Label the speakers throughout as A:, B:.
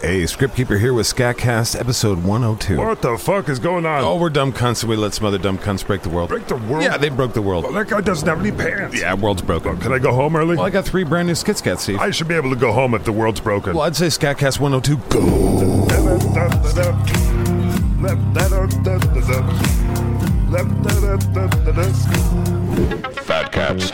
A: Hey, Script Keeper here with Scatcast, episode 102.
B: What the fuck is going on?
A: Oh, we're dumb cunts, and we let some other dumb cunts break the world.
B: Break the world?
A: Yeah, they broke the world.
B: Well, that guy doesn't have any pants.
A: Yeah, world's broken.
B: Can I go home early?
A: Well, I got three brand new skits, Cat Steve.
B: I should be able to go home if the world's broken.
A: Well, I'd say Scatcast 102, go!
C: Fat Cats,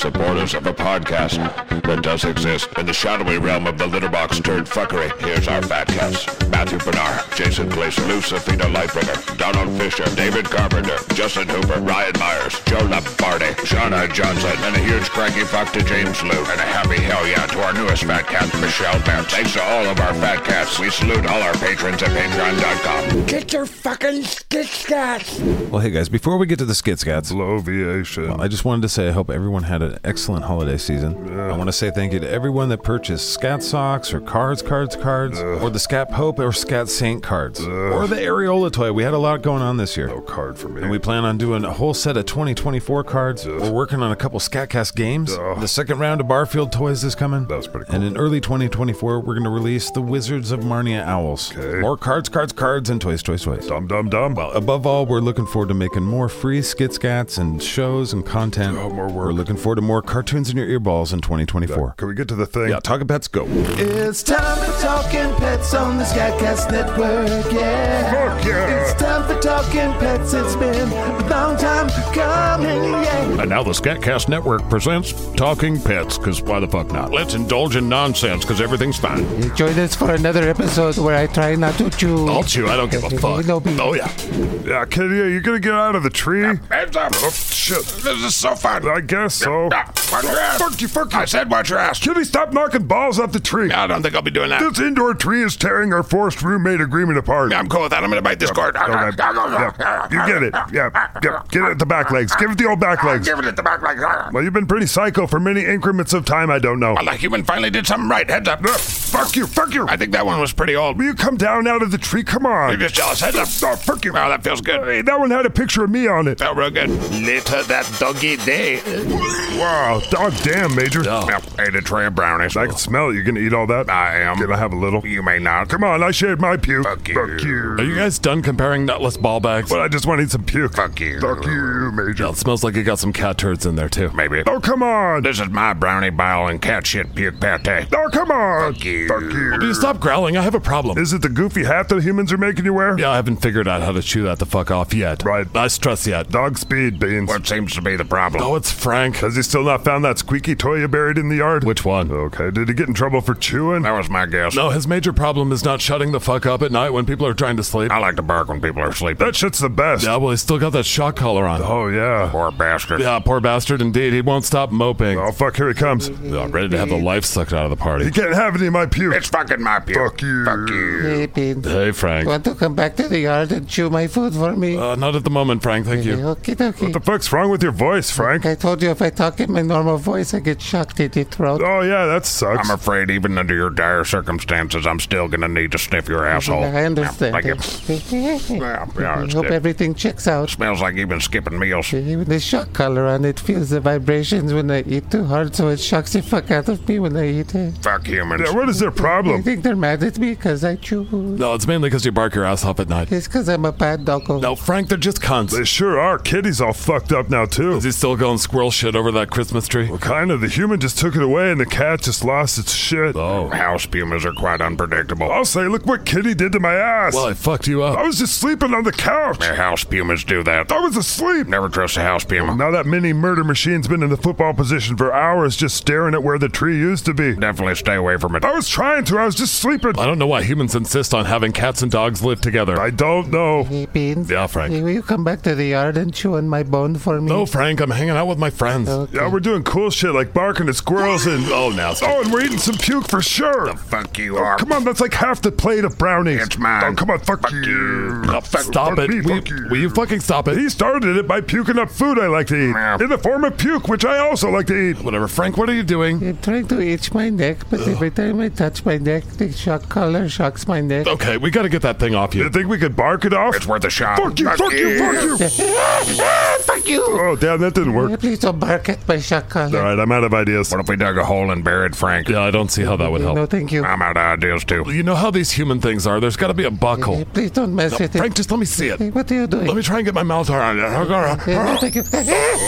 C: supporters of a podcast that does exist in the shadowy realm of the litterbox turned fuckery. Here's our Fat Cats. Matthew Bernard, Jason Place, Lucifina Lightbringer, Donald Fisher, David Carpenter, Justin Hooper, Ryan Myers, Joe Lombardi, Shauna Johnson, and a huge cranky fuck to James Lou, and a happy hell yeah to our newest Fat Cat, Michelle Bent. Thanks to all of our Fat Cats. We salute all our patrons at patreon.com.
D: Get your fucking skit scats!
A: Well, hey guys, before we get to the skits, Cats,
B: Bloviation.
A: I just wanted to say I hope everyone had an excellent holiday season. I want to say thank you to everyone that purchased Scat socks or cards, cards, cards, or the Scat Pope or Scat Saint cards, or the Areola toy. We had a lot going on this year.
B: no Oh, card for me.
A: And we plan on doing a whole set of 2024 cards. We're working on a couple Scatcast games. The second round of Barfield toys is coming.
B: That's pretty
A: And in early 2024, we're going to release the Wizards of Marnia Owls. More cards, cards, cards, and toys, toys, toys.
B: Dum dum dum.
A: Above all, we're looking forward to making more free skitscats and shows and content.
B: Oh, more work.
A: We're looking forward to more cartoons in your earballs in 2024.
B: Can we get to the thing?
A: Yeah, talking pets, go.
E: It's time for talking pets on the Skycast Network. Yeah.
B: Fuck yeah!
E: It's time for talking pets. It's been a long time coming. Yeah.
C: And now the Scatcast Network presents Talking Pets, because why the fuck not? Let's indulge in nonsense, because everything's fine.
D: Join us for another episode where I try not to chew.
C: I'll chew, I don't give a fuck.
D: No, be-
C: Oh, yeah.
B: Yeah, Kitty, are you gonna get out of the tree?
C: Hands up!
B: Shit.
C: Oh, This is so fun!
B: I guess so.
C: Ah, watch your ass.
B: Fuck you, fuck you.
C: I said watch your ass!
B: Kitty, stop knocking balls off the tree.
C: I don't think I'll be doing that.
B: This indoor tree is tearing our forced roommate agreement apart.
C: I'm cool with that. I'm gonna bite this cord.
B: Okay. Yeah. You get it. Yeah. yeah. Get it at the back legs. Give it the old back legs.
C: Give it at the back like that.
B: Well, you've been pretty psycho for many increments of time I don't know.
C: Well, that human finally did something right. Heads up.
B: Fuck you, fuck you.
C: I think that one was pretty old.
B: Will you come down out of the tree? Come
C: You're
B: on.
C: just jealous. Heads up. Oh, fuck you. Oh, that feels good.
B: Hey, that one had a picture of me on it.
C: Felt real good. Later that doggy day.
B: Wow. Dog damn, Major.
C: Oh. Ate a tray of brownies.
B: I can smell it. You're gonna eat all that?
C: I am.
B: Can I have a little?
C: You may not.
B: Come on, I shared my puke.
C: Fuck you.
B: Fuck
F: Are
B: you.
F: you guys done comparing nutless ball bags?
B: But I just want to eat some puke.
C: Fuck you.
B: Fuck you, Major.
F: Yeah, it smells like you got some cat turds in there too.
C: Maybe.
B: Oh, come on.
C: This is my brownie bile and cat shit puke pate.
B: Oh, come on.
C: Fuck you.
B: Fuck
F: Will you
B: you.
F: stop growling? I have a problem.
B: Is it the goofy hat that humans are making you wear?
F: yeah, I haven't figured out how to chew that the fuck off yet.
B: Right.
F: I stress yet.
B: Dog speed, Beans.
C: What seems to be the problem?
F: Oh, it's Frank.
B: Has he still not found that squeaky toy you buried in the yard?
F: Which one?
B: Okay, did he get in trouble for chewing?
C: That was my guess.
F: No, his major problem is not shutting the fuck up at night when people are trying to sleep.
C: I like to bark when people are sleeping.
B: That shit's the best.
F: Yeah, well, he's still got that shock collar on.
B: Oh, yeah.
C: Poor bastard.
F: Yeah, poor bastard indeed. He won't stop moping.
B: Oh, fuck, here he comes.
F: Yeah, I'm ready to have the life sucked out of the party.
B: He can't have any of my puke.
C: It's fucking my puke.
B: Fuck you.
C: Fuck you.
D: Hey, Bean.
F: Hey, Frank.
D: Want to come back to the yard and chew my food for me?
F: Uh, not at the moment, Frank. Thank you.
D: Okay, okay.
B: What the fuck's wrong with your voice, Frank?
D: I told you if I talk in my normal voice, I get shocked in the throat.
B: Oh, yeah, that sucks.
C: I'm afraid even under your dire circumstances, I'm still gonna need to sniff your asshole.
D: I
C: Yeah,
D: understand.
C: like it yeah, yeah,
D: I
C: it's
D: hope
C: good.
D: everything checks out.
C: smells like you've been skipping meals.
D: Even the shock collar on it feels the vibrations when I eat too hard, so it shocks the fuck out of me when I eat it.
C: Fuck humans.
B: Yeah, what is their
D: I
B: problem?
D: think they're mad at me because I chew.
F: No, it's mainly because you bark your ass off at night.
D: It's because I'm a bad doggo.
F: No, Frank, they're just cunts.
B: They sure are. Kitty's all fucked up now, too.
F: Is he still going squirrel shit over that Christmas tree?
B: Well, kind of. The human just took it away and the cat just lost its shit.
F: Oh.
C: House pumas are quite unpredictable.
B: I'll say, look what Kitty did to my ass.
F: Well, I fucked you up.
B: I was just sleeping on the couch.
C: Yeah, House pumas do that.
B: I was asleep.
C: Never trust a house puma.
B: Now that mini murder machine's been in the football position for hours just staring at where the tree used to be.
C: Definitely stay away from it.
B: I was trying to. I was just sleeping.
F: I don't know why humans insist on having cats and dogs live together.
B: I don't know.
D: Hey, Beans.
F: yeah,
D: Hey,
F: Frank.
D: will you come back to the yard and chew on my bone for me?
F: No, Frank, I'm hanging out with my friends.
G: Oh.
D: Okay.
B: Yeah, we're doing cool shit like barking at squirrels and
F: Oh, now.
B: oh, and we're eating some puke for sure.
C: Fuck you are.
B: oh, Come on, that's like half the plate of brownies.
C: It's mine.
B: Oh, come on, fuck,
C: Fuck
B: you.
C: you.
F: Oh, stop
B: fuck
F: it.
B: me,
F: will,
B: fuck you.
F: will you fucking stop it?
B: He started it by puking up food I like to eat
C: Meow.
B: in the form of puke, which I also like to eat.
F: Whatever. Frank, what are you doing?
D: I'm trying to itch my neck, but every time I touch my neck, the shock collar shocks my neck.
F: Okay, we gotta get that thing off
B: You
F: you.
B: think we could bark it off?
C: It's worth a shot.
B: Fuck you, fuck you, fuck you.
C: Fuck
D: Fuck you!
B: Oh, damn, that didn't
D: Yeah,
B: work.
D: please don't bark at my shot collar.
B: All right, I'm out of ideas.
C: What if we dug a hole and buried Frank?
F: Yeah, I don't see how that would
D: No,
F: help.
D: thank you.
C: I'm out of ideas too.
F: You know how these human things are. There's got to be a
D: Yeah,
F: buckle.
D: please don't mess with
F: Frank,
D: it.
F: just let me see
D: Hey,
F: it.
D: what are you doing?
F: Let me try and get my mouth around
B: uh,
F: it.
D: Yeah, no, thank you.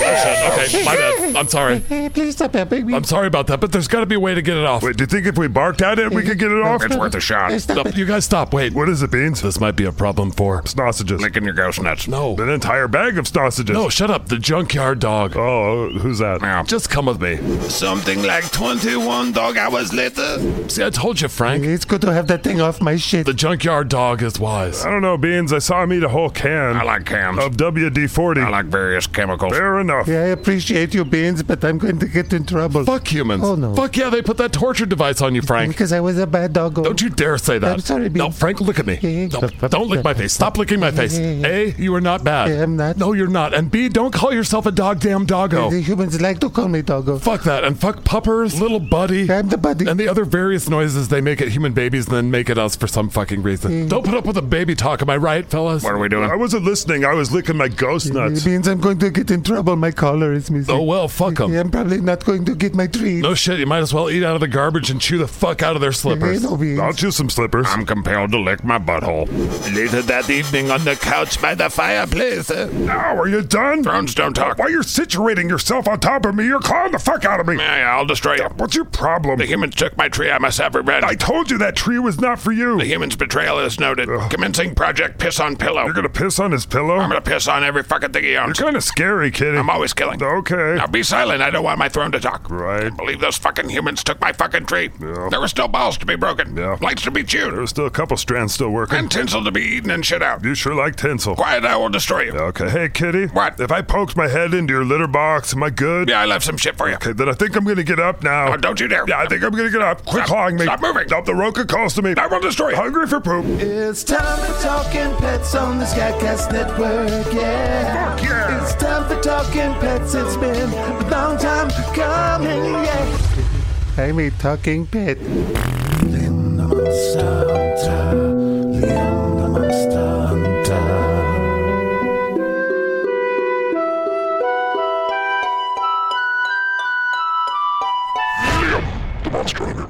F: Okay, my bad. I'm sorry.
D: Hey, please stop helping me.
F: I'm sorry about that, but there's got to be a way to get it off.
B: Wait, do you think if we barked at it, we could get it off?
C: It's worth a shot.
D: Hey, stop
F: Stop-
D: it.
F: You guys stop. Wait.
B: What is it, Beans?
F: This might be a problem for.
B: Sausages.
C: Licking your ghost nuts.
F: No.
B: An entire bag of sausages.
F: No, shut up. The junkyard dog.
B: Oh, who's that?
C: Now,
F: Just come with me.
C: something like 21 dog hours later.
F: See, I told you, Frank.
D: It's good to have that thing off my shit.
F: The junkyard dog is wise.
B: I don't know, Beans. I saw him eat a whole can
C: I like cams.
B: of WD 40.
C: I like various chemicals.
B: Fair enough.
D: Yeah, I appreciate you, Beans, but I'm going to get in trouble.
F: Fuck humans.
D: Oh, no.
F: Fuck yeah, they put that torture device on you, Frank.
D: Because I was a bad doggo.
F: Don't you dare say that.
D: I'm sorry,
F: no,
D: Beans.
F: Frank, look at me.
D: Yeah.
F: No, don't lick my face. Stop licking my face.
D: Yeah, yeah,
F: A, you are not bad.
D: Yeah, I'm not.
F: No, you're not. And B, don't call yourself a goddamn
D: The
F: doggo.
D: humans like to call me doggo.
F: Fuck that. And fuck puppers, little buddy.
D: I'm the buddy.
F: And the other various noises they make at human babies and then make at us for some fucking reason. Don't put up with the baby talk, am I right, fellas?
C: What are we doing?
B: I wasn't listening. I was licking my ghost nuts.
D: Beans, I'm going to get in trouble. My collar is missing.
F: Oh well, fuck them.
D: Yeah, I'm probably not going to get my treat.
F: No shit, you might as well eat out of the garbage and chew the fuck out of their
D: Hey,
F: slippers.
D: no, Beans.
B: I'll choose some slippers.
C: I'm compelled to lick my butthole. Later that evening on the couch by the fireplace. uh,
B: Ow, are you done?
C: Thrones don't talk.
B: Why you're situating yourself on top of me? You're clawing the fuck out of me.
C: Yeah, yeah, I'll destroy you.
B: What's your problem?
C: The humans took my tree. I must have revenge.
B: I told you that tree was not for you.
C: the humans' betrayal is noted. Commencing Project Piss on Pillow.
B: You're gonna piss on his pillow?
C: I'm gonna piss on every fucking thing he owns.
B: You're kind of scary, kitty.
C: I'm always killing.
B: okay.
C: Now be silent. I don't want my throne to talk.
B: Right.
C: Can't believe those fucking humans took my fucking tree. There were still balls to be broken.
B: Yeah.
C: Lights to be chewed.
B: There's still a couple strands still working.
C: and tinsel to be eaten and shit out.
B: you sure like tinsel.
C: Quiet, I will destroy you.
B: Okay. Hey, kitty.
C: What?
B: If I poked my head into your litter box, am I good?
C: Yeah, I left some shit for you.
B: Okay, then I think I'm gonna get up now.
C: Oh, don't you dare.
B: Yeah, I think I'm gonna get up. Quit
C: Stop-
B: clawing me.
C: stop moving.
B: Stop the roca calls to me.
C: I will destroy you.
B: Hungry for poop.
E: It's time for talking pets on the Skycast Network. Yeah.
B: Fuck yeah.
E: It's time for talking pets. It's been a long time coming. Yeah.
D: I'm a talking pet.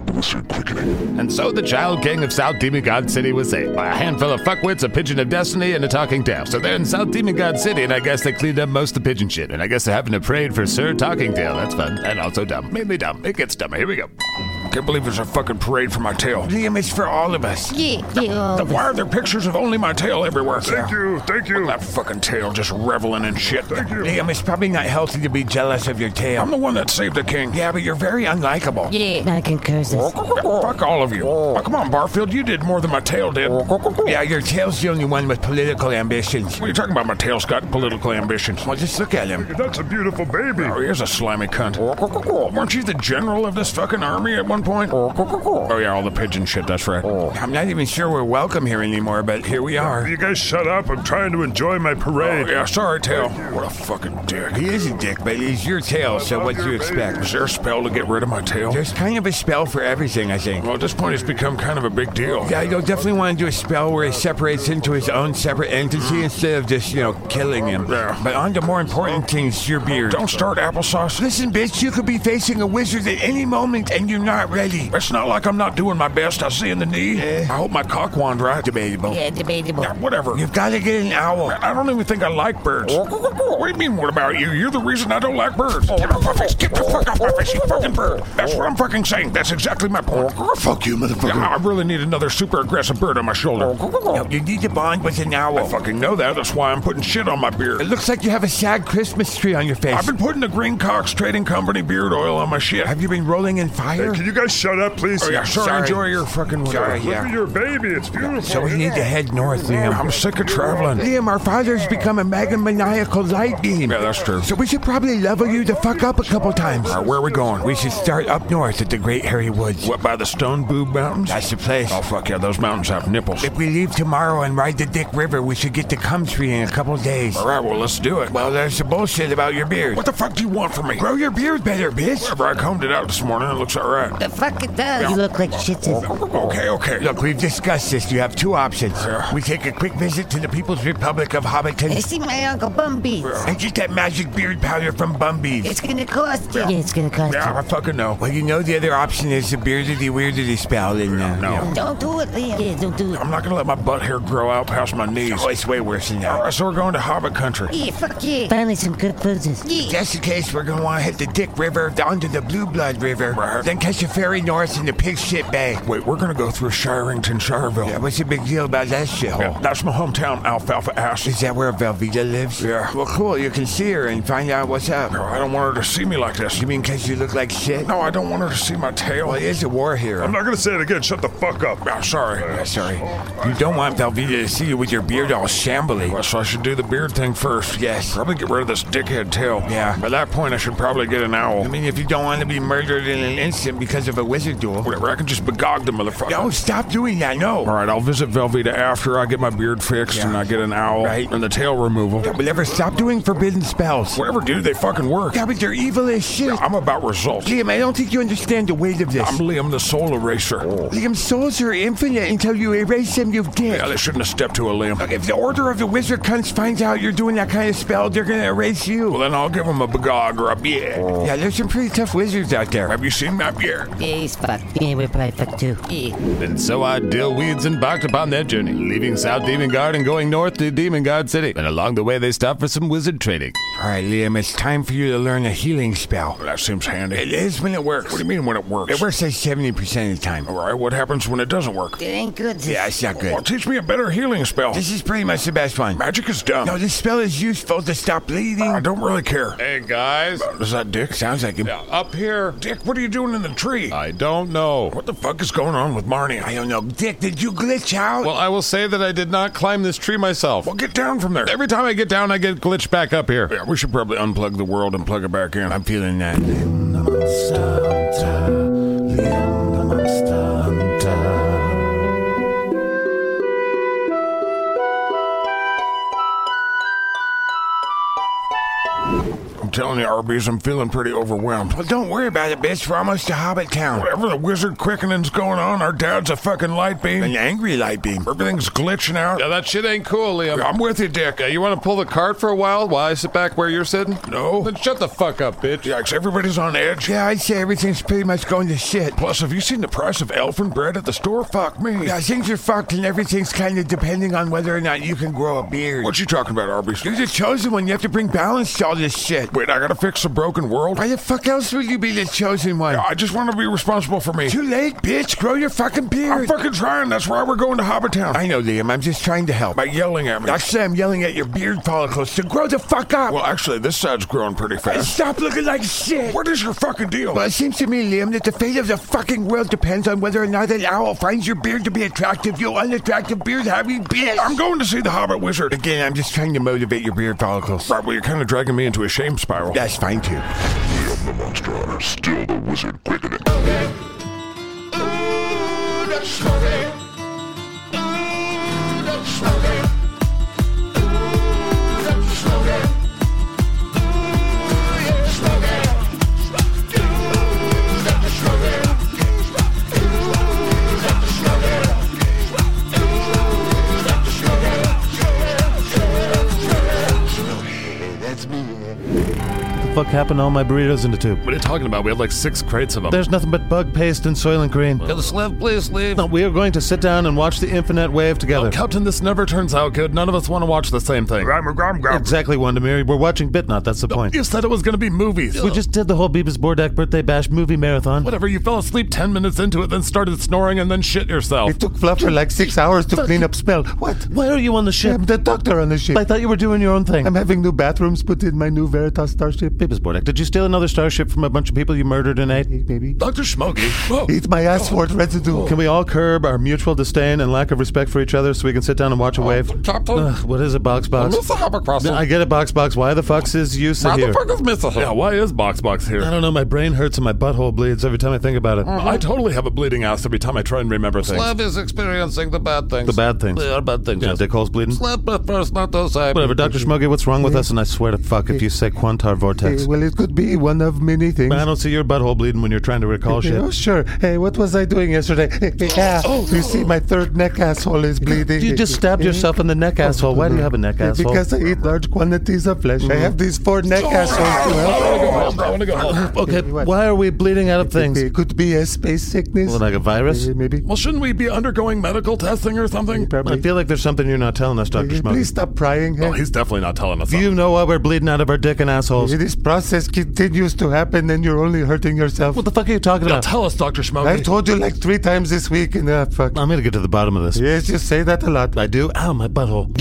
H: And so the child king of South Demigod City was saved by a handful of fuckwits, a pigeon of destiny, and a talking tail. So they're in South Demigod City, and I guess they cleaned up most of the pigeon shit. And I guess they happen to pray for Sir Talking Tail. That's fun. And also dumb. Mainly dumb. It gets dumber. Here we go.
C: Can't believe there's a fucking parade for my tail. Liam, it's for all of us.
I: Yeah, yeah.
C: Why are there pictures of only my tail everywhere?
B: Thank you. Thank you.
C: That fucking tail just reveling in shit. Thank
B: you.
C: Liam, it's probably not healthy to be jealous of your tail. I'm the one that saved the king. Yeah, but you're very unlikable.
I: Yeah. I can curse this.
C: Fuck all of you. Oh, come on, Barfield. You did more than my tail did. Yeah, your tail's the only one with political ambitions. What are you talking about? My tail's got political ambitions. Well, just look at him.
B: That's a beautiful baby.
C: Oh, here's a slimy cunt. Weren't you the general of this fucking army at one point? Oh, yeah, all the pigeon shit, that's right. I'm not even sure we're welcome here anymore, but here we are.
B: You guys shut up. I'm trying to enjoy my parade.
C: Oh, yeah, sorry, Tail. What a fucking dick.
J: He is a dick, but he's your tail, so what do you expect?
C: Is there a spell to get rid of my tail?
J: There's kind of a spell for everything, I think.
C: Well, at this point, it's become kind of a big deal.
J: Yeah, you'll definitely want to do a spell where he separates into his own separate entity instead of just, you know, killing him.
C: Yeah.
J: But on to more important things, your beard.
C: Don't start applesauce.
J: Listen, bitch, you could be facing a wizard at any moment and you're not ready.
C: It's not like I'm not doing my best. I see in the knee. I hope my cock wand right. Debatable.
I: Yeah, debatable.
C: Whatever.
J: You've got to get an owl. Oh.
C: I don't even think I like birds. What do you mean, what about you? You're the reason I don't like birds. Get off my face. Get the fuck off my face, you fucking bird. That's what I'm fucking saying. That's exactly my point.
J: Oh,
C: Fuck you, motherfucker. I really need another super aggressive bird on my shoulder.
J: No, Oh, you need to bond with an owl.
C: I fucking know that. That's why I'm putting shit on my
J: It
C: beard.
J: looks like you have a sad Christmas tree on your face.
C: I've been putting the Green Cox Trading Company beard oil on my shit.
J: Have you been rolling in fire?
B: Can you guys shut up, please?
C: Oh, yeah, sorry,
J: Sorry.
C: enjoy your fucking whatever.
J: Sorry,
B: Look
J: yeah.
B: at your baby. It's beautiful.
J: So we need to head north, Liam.
C: I'm sick of traveling.
J: Liam, our father's become a megamaniacal light beam.
C: Yeah, that's true.
J: So we should probably level you the fuck up a couple times.
C: All right, where are we going?
J: We should start up north at the Great Hairy Woods.
C: What, by the Stone Boob Mountains?
J: That's the place.
C: Oh, fuck yeah, those mountains have nipples.
J: If we leave tomorrow and ride the Dick River, we should get to Cum Tree in a couple days.
C: All right, well, let's do it.
J: Well, there's the bullshit about your beard.
C: What the fuck do you want from me?
J: Grow your beard better, bitch.
C: Whatever, I combed it out this morning. It looks all right.
I: the fuck it does. You look like shit.
G: Okay, okay. Look, we've discussed this. You have two options. We take a quick visit to the People's Republic of
I: I
G: Hobbiton
I: see my Uncle Bumbeats.
G: and get that magic beard powder from Bumbees.
I: It's gonna cost you. Yeah, it's gonna cost
G: Yeah, I fucking know. Well, you know the other option is the beardedy weirdity spell, and uh, no,
I: you. Don't do it, Liam. Yeah, don't do it.
G: I'm not gonna let my butt hair grow out past my knees. Oh, it's way worse than that. All right, so we're going to Hobbit Country.
I: Yeah, fuck yeah. Finally, some good poses. Yeah.
G: Just in case we're gonna want to hit the Dick River onto the Blue Blood River, then catch a ferry north in the Pig Shit Bay. Wait, we're gonna go through Shirington, Shireville. Yeah, what's the big deal about that shithole? That's my hometown, Alfalfa Ash. Is that where Velveeta lives? Yeah. Well, cool. You can see her and find out what's up. I don't want her to see me like this. You mean because you look like shit? No, I don't want her to see my tail. He is a war hero.
K: I'm not gonna say it again. Shut the fuck up.
G: Oh, sorry.
C: Uh,
G: Yeah, sorry. You don't want Velveeta to see you with your beard all shambly. Well, so I should do the beard thing first. Yes. Probably get rid of this dickhead tail. Yeah. By that point, I should probably get an owl. I mean, if you don't want to be murdered in an instant because of a wizard duel.
C: Whatever, I can just begog the motherfucker.
G: No, stop doing that. No.
C: All right, I'll visit Velveeta after I get my beard fixed and I get an owl
G: Right.
C: and the tail removal.
G: Yeah, but never stop doing forbidden spells.
C: Whatever, dude, they fucking work.
G: Yeah, but they're evil as shit.
C: I'm about results.
G: Liam, I don't think you understand the weight of this.
C: I'm Liam the Soul Eraser.
G: Liam, souls are infinite until you erase them, you've dead.
C: Yeah, they shouldn't have stepped to a Liam.
G: Look, if the Order of the Wizard Cunts finds out you're doing that kind of spell, they're gonna erase you.
C: Well, then I'll give him a begog or a beer.
G: Yeah, there's some pretty tough wizards out there.
C: Have you seen my beard?
I: Yeah, he's fucked. Yeah, we're probably fucked too. Yeah.
B: And so I Dill Weeds embarked upon their journey, leaving South Demon Guard and going north to Demon Guard City. And along the way, they stopped for some wizard training.
G: All right, Liam, it's time for you to learn a healing spell.
C: That seems handy.
G: It is when it works.
C: What do you mean when it works?
G: It works like 70% of the time.
C: All right, what happens when it doesn't work?
I: It ain't good.
G: Yeah, it's not
C: Well,
G: good.
C: teach me a better healing spell.
G: This is pretty much the best one.
C: Magic is dumb.
G: No, this spell is useful to stop
C: I
G: bleeding.
C: don't really care.
B: Hey, guys.
G: Uh,
C: Is that Dick?
G: Sounds like him. Uh,
B: Up here.
C: Dick, what are you doing in the tree?
B: I don't know.
C: What the fuck is going on with Marnie?
G: I
C: I,
G: don't know. Dick, did you glitch out?
B: Well, I will say that I did not climb this tree myself.
C: well, get down from there.
B: Every time I get down, I get glitched back up here.
C: Yeah, we should probably unplug the world and plug it back in.
G: I'm feeling that.
C: I'm telling you, Arby's, I'm feeling pretty overwhelmed.
G: Well, don't worry about it, bitch. We're almost to Hobbit Town.
C: Whatever the wizard quickening's going on, our dad's a fucking light
G: An
C: beam.
G: angry light beam.
C: Everything's glitching out.
B: Yeah, that shit ain't cool, Liam.
C: I'm with you, Dick.
B: Yeah, you want to pull the cart for a while while I sit back where you're sitting?
C: No.
B: Then shut the fuck up, bitch.
C: Yikes, everybody's on edge.
G: Yeah, I'd say everything's pretty much going to shit.
C: Plus, have you seen the price of elfin bread at the store? Fuck me.
G: Yeah, things are fucked and everything's kind of depending on whether or not you can grow a beard.
C: What you talking about, Arby's?
G: You're the chosen one. You have to bring balance to all this shit.
C: Wait, I gotta fix the broken world?
G: Why the fuck else would you be the chosen one?
C: I just want to be responsible for me.
G: Too late, bitch. Grow your fucking
C: I'm
G: beard.
C: fucking trying. That's why we're going to Hobbitown.
G: I know, Liam. I'm just trying to help.
C: By yelling at me.
G: Actually, I'm yelling at your beard follicles to grow the fuck up.
C: Well, actually, this side's growing pretty
G: And
C: fast.
G: stop looking like shit.
C: What is your fucking deal?
G: Well, it seems to me, Liam, that the fate of the fucking world depends on whether or not an owl finds your beard to be attractive, you unattractive beard having bitch.
C: I'm going to see the Hobbit Wizard.
G: Again, I'm just trying to motivate your beard follicles.
C: Right, well, you're kind of dragging me into a shame spiral.
G: That's fine, too.
L: Liam the Monster Hunter, still the Wizard Quickening.
A: What the fuck happened to all my burritos in the tube?
B: What are you talking about? We had like six crates of them.
A: There's nothing but bug paste and soylent green.
B: Can the slave please leave?
A: No, we are going to sit down and watch the infinite wave together.
B: Captain, this never turns out good. None of us want to watch the same thing.
K: Grom, grom, grom.
A: Exactly, Wondermere. We're watching Bitnot. That's the point.
B: You said it was going to be movies.
A: We just did the whole Beavis Bordak birthday bash movie marathon.
B: Whatever, you fell asleep 10 minutes into it, then started snoring, and then shit yourself.
D: It took Fluffer like six hours to clean up spell. What?
A: Why are you on the ship?
D: I'm the doctor on the ship.
A: I thought you were doing your own thing.
D: I'm having new bathrooms put in my new Veritas starship.
A: Beavis Bordak, did you steal another starship from a bunch of people you murdered and ate?
D: Maybe.
B: Dr. Schmoggy. Whoa.
D: Eat my ass for it, residue.
A: Can we all curb our mutual disdain and lack of respect for each other so we can sit down and watch a wave?
B: Captain.
G: Uh,
A: Ugh, what is it, Box Box? I get it, Box Box. Why the fuck is you sit here?
B: is Mr. Yeah, why is Box Box
A: I
B: here?
A: don't know. My brain hurts and my butthole bleeds every time I think about it.
B: I totally have a bleeding ass every time I try and remember things.
A: Slav
B: is experiencing the bad things.
A: The bad things.
B: They are bad things.
A: Yeah, dick hole's bleeding.
B: Slav prefers not to say.
A: Whatever, Dr. Schmuggy, what's wrong with us? And I swear to fuck, if you say Quantar Vortex, box.
D: well, it could be one of many things.
G: I don't see your butthole bleeding when you're trying to recall shit.
D: Oh, sure. Hey, what was I doing yesterday? Ah, you see, my third neck asshole is bleeding.
G: You just stabbed yourself in the neck, asshole. Why do you have a neck, asshole?
D: Because I eat large quantities of flesh. I have these four neck assholes.
G: Okay, why are we bleeding out of things?
D: It could be a space sickness.
G: Well, like a virus?
D: Uh, Maybe.
F: Well, shouldn't we be undergoing medical testing or something?
G: I feel like there's something you're not telling us, Dr. Schmuck.
D: Please stop prying.
F: Oh, he's definitely not telling us.
G: Do you know why we're bleeding out of our dick and assholes?
D: If this process continues to happen, then you're only hurting yourself.
G: What the fuck are you talking
F: Now
G: about?
F: tell us, Doctor
D: I've
F: Schmoke.
D: told you like three times this week, and uh, fuck.
G: I'm gonna get to the bottom of this.
D: Yes, you say that a lot.
G: I do. Ow, my butthole.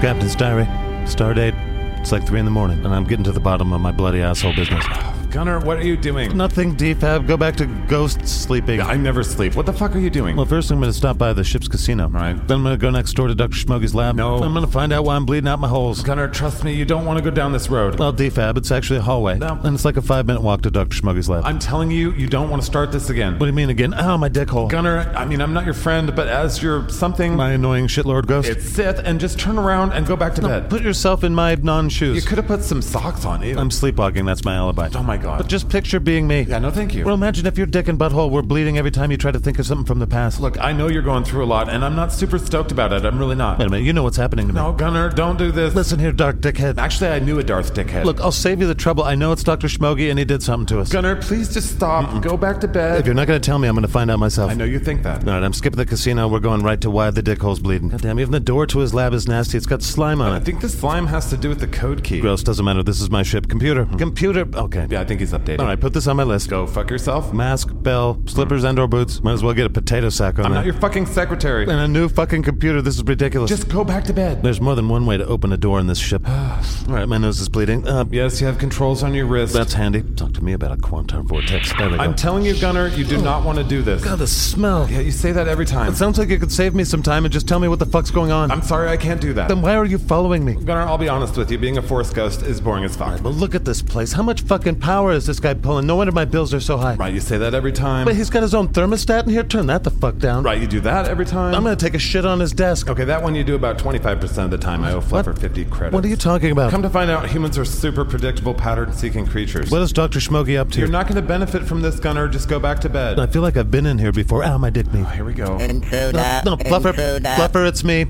G: Captain's diary. Star date. It's like three in the morning, and I'm getting to the bottom of my bloody asshole business.
A: Gunnar, what are you doing?
G: Nothing, defab. Go back to ghost sleeping.
A: I never sleep. What the fuck are you doing?
G: Well, first I'm going to stop by the ship's casino. Right. Then I'm going to go next door to Dr. Schmoggy's lab.
A: No.
G: I'm going to find out why I'm bleeding out my holes.
A: Gunnar, trust me, you don't want to go down this road.
G: Well, defab, it's actually a hallway.
A: No.
G: And it's like a five minute walk to Dr. Schmoggy's lab.
A: I'm telling you, you don't want to start this again.
G: what do you mean again? Ow, my dick hole.
A: Gunnar, I mean, I'm not your friend, but as your something,
G: My annoying shitlord ghost.
A: it's Sith, and just turn around and go back to bed.
G: Put yourself in my non
A: you
G: shoes.
A: could have put some socks on, ew.
G: I'm sleepwalking, that's my alibi.
A: oh my god.
G: But just picture being me.
A: yeah, no thank you.
G: Well, imagine if your dick and butthole were bleeding every time you try to think of something from the past.
A: Look, I know you're going through a lot, and I'm not super stoked about it. I'm really not.
G: Wait a minute, you know what's happening to me.
A: No, Gunnar, don't do this.
G: Listen here, Dark Dickhead.
A: Actually, I knew a Darth dickhead.
G: Look, I'll save you the trouble. I know it's Dr. Schmoggy and he did something to us.
A: Gunnar, please just stop. Go back to
G: If
A: bed.
G: you're not going to tell me, I'm going to find out myself.
A: I know you think that.
G: All right, I'm skipping the casino. We're going right to why the dickhole's bleeding. God damn, even the door to his lab is nasty. It's got slime on
A: I
G: it.
A: think this slime has to do with the code key.
G: Gross, doesn't matter. This is my ship. Computer.
B: Hmm.
G: Computer. Okay.
A: Yeah, I think he's updated.
G: All right, put this on my list.
A: Go fuck yourself.
G: Mask, bell, slippers, and or boots. Might as well get a potato sack on
A: I'm
G: that.
A: not your fucking secretary.
G: and a new fucking computer. This is ridiculous.
A: Just go back to bed.
G: There's more than one way to open a door in this ship. All right, my nose is bleeding. Uh, yeah,
A: Yes, you have controls on your wrist.
G: that's handy. Talk to me about a quantum vortex. There we go.
A: I'm telling you, Gunnar, you do not want to do this.
G: God, the smell.
A: Yeah, you say that every time.
G: It sounds like you could save me some time and just tell me what the fuck's going on.
A: I'm sorry, I can't do that.
G: then why are you following me?
A: Gunnar, I'll be honest with you. Being a force ghost is boring as fuck.
G: Well, look at this place. How much fucking power is this guy pulling? No wonder my bills are so high.
A: Right, you say that every time.
G: But he's got his own thermostat in here. Turn that the fuck down.
A: Right, you do that every time.
G: I'm gonna take a shit on his desk.
A: Okay, that one you do about 25% of the time. I owe Fluffer 50 credits.
G: What are you talking about?
A: Come to find out, humans are super predictable, pattern-seeking creatures.
G: what is Dr. Schmoggy up to?
A: You're not going to benefit from this, Gunnar. Just go back to bed.
G: I feel like I've been in here before. Ow, my dick me.
A: Here we go.
I: Intruder.
G: No, Fluffer, Fluffer, it's me.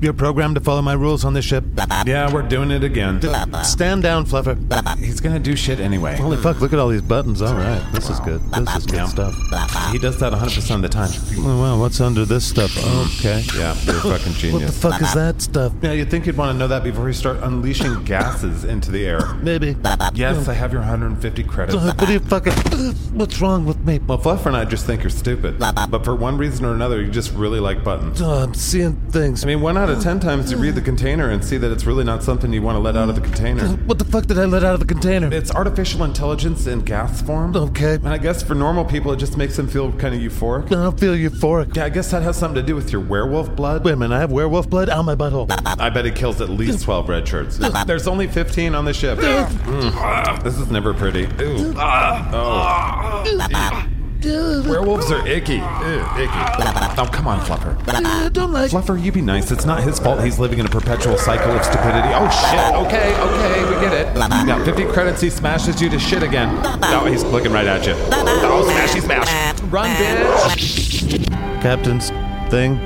G: You're programmed to follow my rules on this ship.
A: Yeah, we're doing it again.
G: Stand down, Fluffer.
A: He's going to do shit anyway.
G: Holy fuck, look at all these buttons. All right, this is good. This is good stuff.
A: He does that 100% of the time.
G: Oh, wow, what's under this stuff? Okay.
A: Yeah, you're a fucking
G: What the
A: genius.
G: fuck is that stuff?
A: Yeah, you'd think you'd want to know that before you start unleashing gases into the air.
G: Maybe.
A: Yes, I have your 150 credits.
G: What do you fucking. What's wrong with me?
A: Well, Fluffer and I just think you're stupid. But for one reason or another, you just really like buttons.
G: Oh, I'm seeing things.
A: I mean, one out of ten times you read the container and see that it's really not something you want to let out of the container.
G: What the fuck did I let out of the container?
A: It's artificial intelligence in gas form.
G: Okay.
A: And I guess for normal people, it just makes them feel kind of euphoric.
G: I don't feel euphoric.
A: Yeah, I guess that has something to do with your werewolf blood.
G: Wait a minute, I have werewolf blood out my butthole.
A: I bet it kills at least 12 red shirts. There's only 15 on the ship. Mm. This is never pretty. Ew. Oh. Werewolves are icky. Ew, icky. Oh, come on, Fluffer.
G: I don't like.
A: Fluffer, you be nice. It's not his fault he's living in a perpetual cycle of stupidity. Oh, shit. Okay, okay, we get it. Now, 50 credits, he smashes you to shit again. No, he's looking right at you. Oh, smashy smash. Run, bitch.
G: Captain's thing,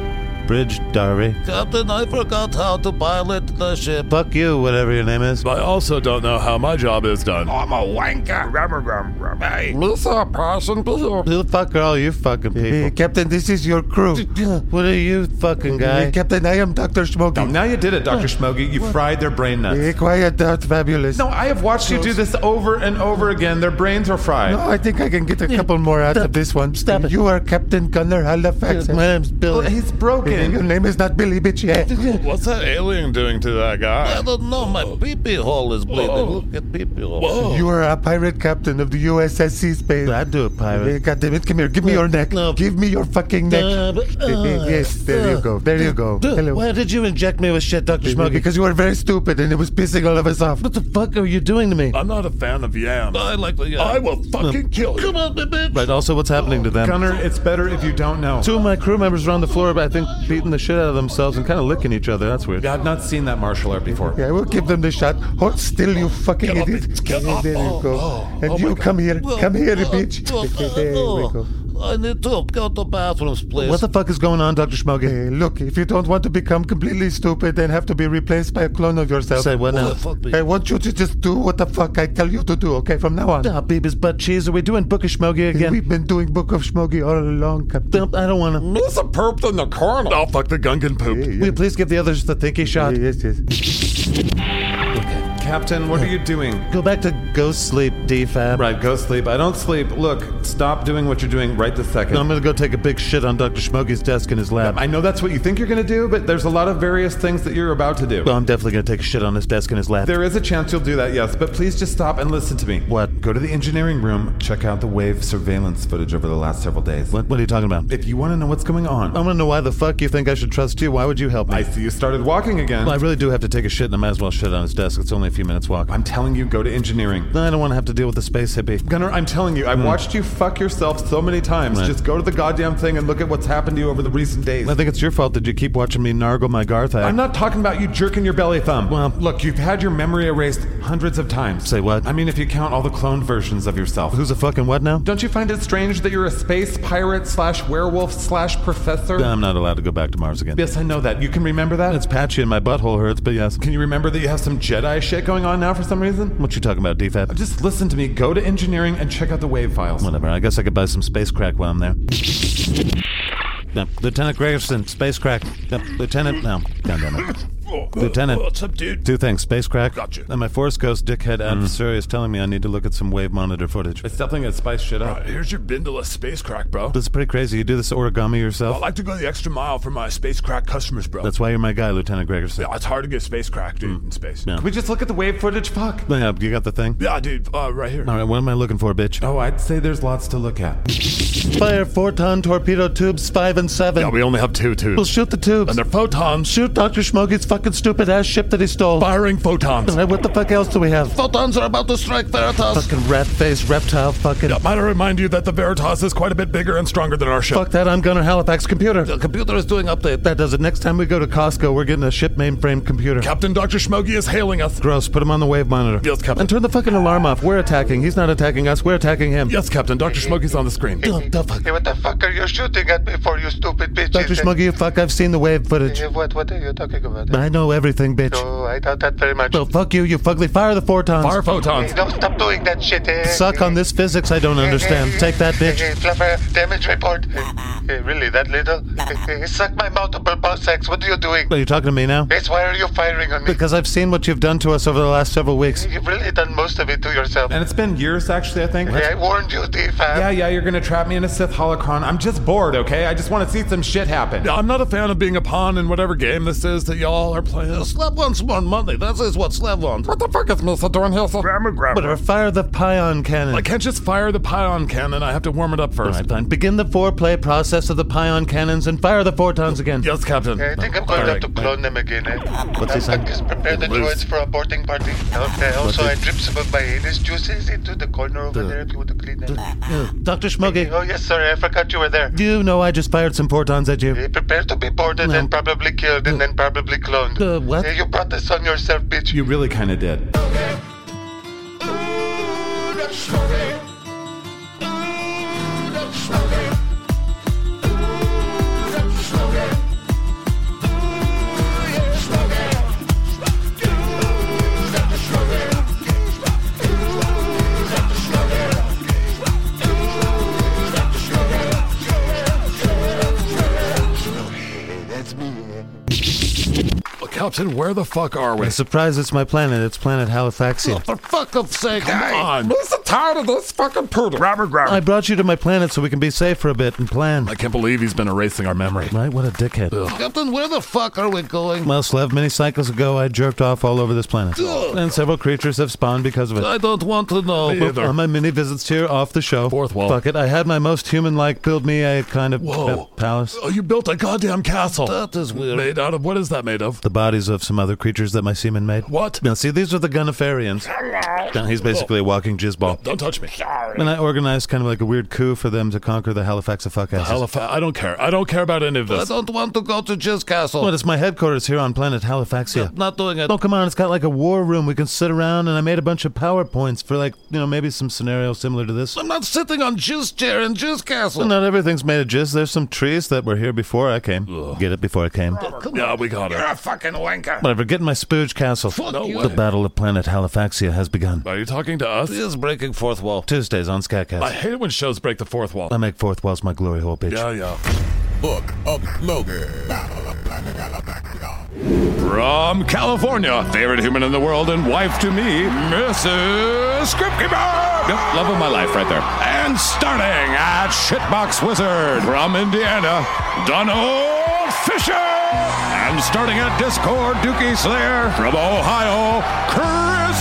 G: bridge diary.
H: Captain, I forgot how to pilot the ship.
G: Fuck you, whatever your name is.
F: I also don't know
B: Uh-huh,
F: how my job is done.
C: I'm a wanker.
H: Lisa, person, please.
G: Who the fuck are all you fucking
D: Hey,
G: people?
D: Captain, this is your crew.
G: What are you fucking
D: Hey,
G: guy?
D: Captain, I am Dr. Smokey.
A: Now you did it, Dr. Schmoggy. You fried their brain nuts.
D: Hey, quiet, Dart Fabulous.
A: No, I have watched you do this over and over again. Their brains are fried.
D: No, I think I can get a couple more out
G: Stop
D: of this one.
G: Stop it.
D: You are Captain Gunnar Halifax.
G: My name's
A: Well,
G: Billy.
A: He's
D: Hey, Your
A: broken.
D: name is not Billy Bitch yet.
F: What's that alien doing to that guy?
H: I don't know, my pee-pee hole is bleeding. Look at pee-pee hole.
D: You are a pirate captain of the USS Sea Space.
G: I'd Oh. do it,
D: Hey,
G: pirate.
D: God damn it, come here. Give me your neck.
G: No.
D: Give me your fucking neck.
G: Uh, but-
D: Hey, hey,
G: uh,
D: yes, there you
G: uh,
D: go. There you go.
G: Dude,
D: Hello.
G: Why did you inject me with shit, Dr. Smoggy?
D: Because you were very stupid and it was pissing all of us off.
G: what the fuck are you doing to me?
F: I'm not a fan of yams.
H: I like the...
F: I will fucking kill you.
G: Right, also, what's happening to them?
A: Gunner, it's better if you don't know.
G: Two of my crew members are on the floor, but I think
A: beating the shit out of themselves and kind of licking each other. That's weird. I've not seen that martial art before.
D: Yeah, we'll give them the shot. Hold still, you fucking
A: Get off
D: idiot.
A: it. Get
D: Yeah,
A: off.
D: There
A: Oh,
D: you go.
A: oh,
D: and
A: oh my
D: you come here.
A: God.
D: Come here,
A: Oh,
D: bitch.
A: oh,
D: Okay, there we
A: oh.
D: go.
A: I need to go to bathrooms, please.
D: What
A: the fuck is going on, Dr. Schmogi?
D: Hey, look, if you don't want to become completely stupid and have to be replaced by a clone of yourself.
A: Say what now? Well, fuck me.
D: I want you to just do what the fuck I tell you to do, okay, from now on.
A: Ah, Beavis butt cheese. Are we doing Book of Schmogi again?
D: We've been doing Book of Schmogi all along, Captain.
A: I don't want to.
C: There's a perp in the corner. Oh, fuck, the Gungan pooped.
A: Will you please give the others the thinky shot?
D: Yes, yes.
G: Captain, what are you doing?
A: Go back to go sleep, D-Fab.
G: Right, go sleep. I don't sleep. Look, stop doing what you're doing right this second.
A: No, I'm gonna go take a big shit on Dr. Schmoggy's desk in his lab.
G: I know that's what you think you're going to do, but there's a lot of various things that you're about to do.
A: Well, I'm definitely gonna take a shit on his desk in his lab.
G: There is a chance you'll do that, yes, but please just stop and listen to me.
A: What?
G: Go to the engineering room, check out the wave surveillance footage over the last several days.
A: What? What are you talking about?
G: If you want to know what's going on,
A: I want to know why the fuck you think I should trust you. Why would you help me?
G: I see you started walking again.
A: Well, I really do have to take a shit, and I might as well shit on his desk. It's only a few minutes walk.
G: I'm telling you, go to engineering.
A: I don't want to have to deal with the space hippie. Hmm.
G: Gunnar, I'm telling you, I watched you fuck yourself so many times.
A: Right.
G: Just go to the goddamn thing and look at what's happened to you over the recent days.
A: I think it's your fault that you keep watching me nargle my Garth.
G: I'm not talking about you jerking your belly thumb.
A: Well-
G: look, you've had your memory erased hundreds of times.
A: Say what?
G: I mean, if you count all the cloned versions of yourself.
A: Who's a fucking what now?
G: Don't you find it strange that you're a space pirate slash werewolf slash professor?
A: I'm not allowed to go back to Mars again.
G: Yes, I know that. You can remember that?
A: It's patchy and my butthole hurts, but yes.
G: Can you remember that you have some Jedi shit going on now for some reason? Uh,
A: What you talking about, D-Fab?
G: Just listen to me. Go to engineering and check out the wave files.
A: Whatever. I guess I could buy some space crack while I'm there. No, Lieutenant Grayson, space crack. No, Lieutenant, no, God damn it. Lieutenant.
B: What's up, dude?
A: Two things: space crack.
B: Gotcha.
A: And my Force Ghost dickhead adversary is telling me I need to look at some wave monitor footage.
G: Mm. It's definitely gonna spice shit up.
B: Uh, here's your bindle of space crack, bro.
A: This is pretty crazy. You do this origami
B: I
A: yourself.
B: like to go the extra mile for my space crack customers, bro.
A: That's why you're my guy, Lieutenant Gregerson.
B: Yeah, it's hard to get space crack, dude, in space.
A: Yeah.
G: Can we just look at the wave footage? Fuck.
A: Yeah, you got the thing.
B: Yeah, dude, uh, right here.
A: All right, what am I looking for, bitch?
G: Oh, I'd say there's lots to look at.
A: Fire four-ton torpedo tubes five and seven.
B: Yeah, we only have two
A: we'll
B: tubes.
A: shoot the tubes.
B: And they're photons.
A: shoot Dr. Schmoggy's fucking stupid ass ship that he stole.
B: Firing photons.
A: All right, what the fuck else do we have?
B: Photons are about to strike Veritas.
A: Fucking rat face reptile fucking.
B: Yeah, might I remind you that the Veritas is quite a bit bigger and stronger than our ship.
A: Fuck that, I'm Gunnar Halifax computer.
B: The computer is doing update.
A: That does it. Next time we go to Costco, we're getting a ship mainframe computer.
B: Captain Dr. Schmoggy is hailing us.
A: Gross, put him on the wave monitor.
B: Yes, Captain.
A: And turn the fucking alarm off. We're attacking. He's not attacking us, we're attacking him.
B: Yes, Captain. Dr. Schmoggy's on the screen.
A: Dumb, the fuck.
D: Hey, what the fuck are you shooting at me for, you stupid bitch?
A: Dr. Schmuggy, you fuck, I've seen the wave footage.
D: Hey, What, what are you talking about?
A: I know everything, bitch.
D: No, I doubt that very much.
A: Well, fuck you, you fugly. Fire the four times.
B: Fire photons.
D: Hey, don't stop doing that shit. eh?
A: Suck on this physics I don't understand. Take that, bitch.
D: Hey, Fluffer, damage report. Hey, really, that little? Hey, suck my multiple pulse sex. What are you doing?
A: Are you talking to me now?
D: Yes, why are you firing on me?
A: Because I've seen what you've done to us over the last several weeks.
D: You've really done most of it to yourself.
G: And it's been years, actually, I think.
D: Hey, I warned you, d
G: Yeah, yeah, you're gonna trap me in a Sith holocron. I'm just bored, okay? I just want to see some shit happen.
B: Yeah, I'm not a fan of being a pawn in whatever game this is that y'all are playing. Slevlon's won money. That is what Slevlon. What the fuck is Mr. Dornhill?
M: Grab it, grab
A: Whatever, fire the pion cannon.
B: I can't just fire the pion cannon. I have to warm it up
A: All
B: first.
A: right, fine. Begin the foreplay process of the pion cannons and fire the photons again.
B: Yes, Captain.
D: I think I'm going to
B: All
D: have to
B: right.
D: clone them again. Eh?
A: What's he saying?
D: Just prepare the droids for a boarding party. Okay, also, I drip some of my anus juices into the corner over there if you want to clean that.
A: Dr. Schmuggy,
D: Oh, yes, sorry, I forgot you were there.
A: you know I just fired some photons at you.
D: Hey, prepare to be boarded
A: No.
D: and probably killed and then probably cloned.
A: Uh, what?
D: Hey, you brought this on yourself, bitch.
G: You really kind of did.
B: Captain, where the fuck are we?
A: I'm surprised it's my planet. It's planet Halifaxia.
B: For Oh, fuck of sake, come
M: on.
B: on.
G: tired of this fucking poodle.
M: Grab it, grab
A: I brought you to my planet so we can be safe for a bit and plan.
B: I can't believe he's been erasing our memory.
A: Right? What a dickhead.
B: Captain, where the fuck are we going?
A: Well, Slev, many cycles ago, I jerked off all over this planet.
B: Ugh.
A: And several creatures have spawned because of it.
B: I don't want to know.
A: Well, on my mini visits here off the show.
B: Fourth wall.
A: Fuck it. I had my most human like build me a kind of
B: Whoa.
A: uh, palace.
B: Oh, you built a goddamn castle. That is weird. Made out of what is that made of?
A: The body bodies of some other creatures that my seamen made. What? Now, see, these are the Gunnifarians. Now, he's basically a walking jizz ball.
F: Don't touch me.
A: And I organized kind of like a weird coup for them to conquer the Halifax of fuckasses.
F: Halifax. I don't care. I don't care about any of this.
B: I don't want to go to Jizz Castle.
A: Well, it's my headquarters here on planet Halifaxia.
B: Not doing it.
A: Oh, come on. It's got like a war room. We can sit around, and I made a bunch of PowerPoints for like, you know, maybe some scenario similar to this.
B: I'm not sitting on Jizz chair in Jizz Castle.
A: Well, not everything's made of jizz. There's some trees that were here before I came. Get it before I came.
F: Yeah, we got
B: You're
F: it.
B: a fucking wanker.
A: Whatever, get in my spooge castle.
B: No you.
A: the battle of planet Halifaxia has begun.
F: Are you talking to us?
B: This is breaking fourth wall.
A: Tuesdays on
F: I
A: Scatcast.
F: hate it when shows break the fourth wall.
A: I make fourth walls my glory hole, bitch.
F: Yeah, yeah.
N: Book uploaded. Battle of Planet Alabama.
B: From California, favorite human in the world and wife to me, Mrs. Scriptkeeper! Yep, love of my life right there. And starting at Shitbox Wizard from Indiana, Donald Fisher! And starting at Discord Dookie Slayer from Ohio, Chris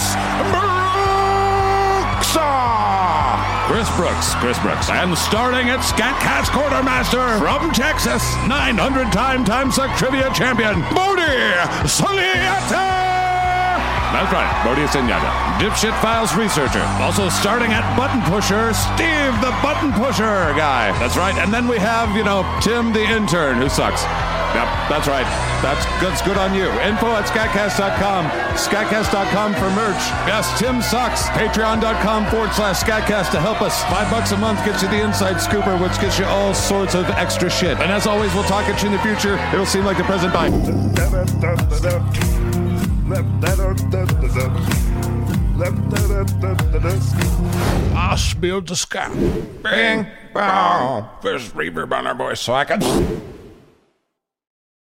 B: Brooksaw! Chris Brooks, Chris Brooks. And starting at Scatcat's quartermaster from Texas, 900 time time suck trivia champion, Bodie Soliata! That's right, Bodie Senyata. Dipshit Files researcher. Also starting at Button Pusher, Steve the Button Pusher guy. That's right. And then we have, you know, Tim the intern who sucks. Yep, that's right. That's, that's good on you. Info at scatcast.com. Scatcast.com for merch. Yes, Tim sucks. Patreon.com forward slash scatcast to help us. Five bucks a month gets you the Inside Scooper, which gets you all sorts of extra shit. And as always, we'll talk at you in the future. It'll seem like the present. Bye.
C: I spilled the sky. Bing, bow. This reverb on our voice so I can.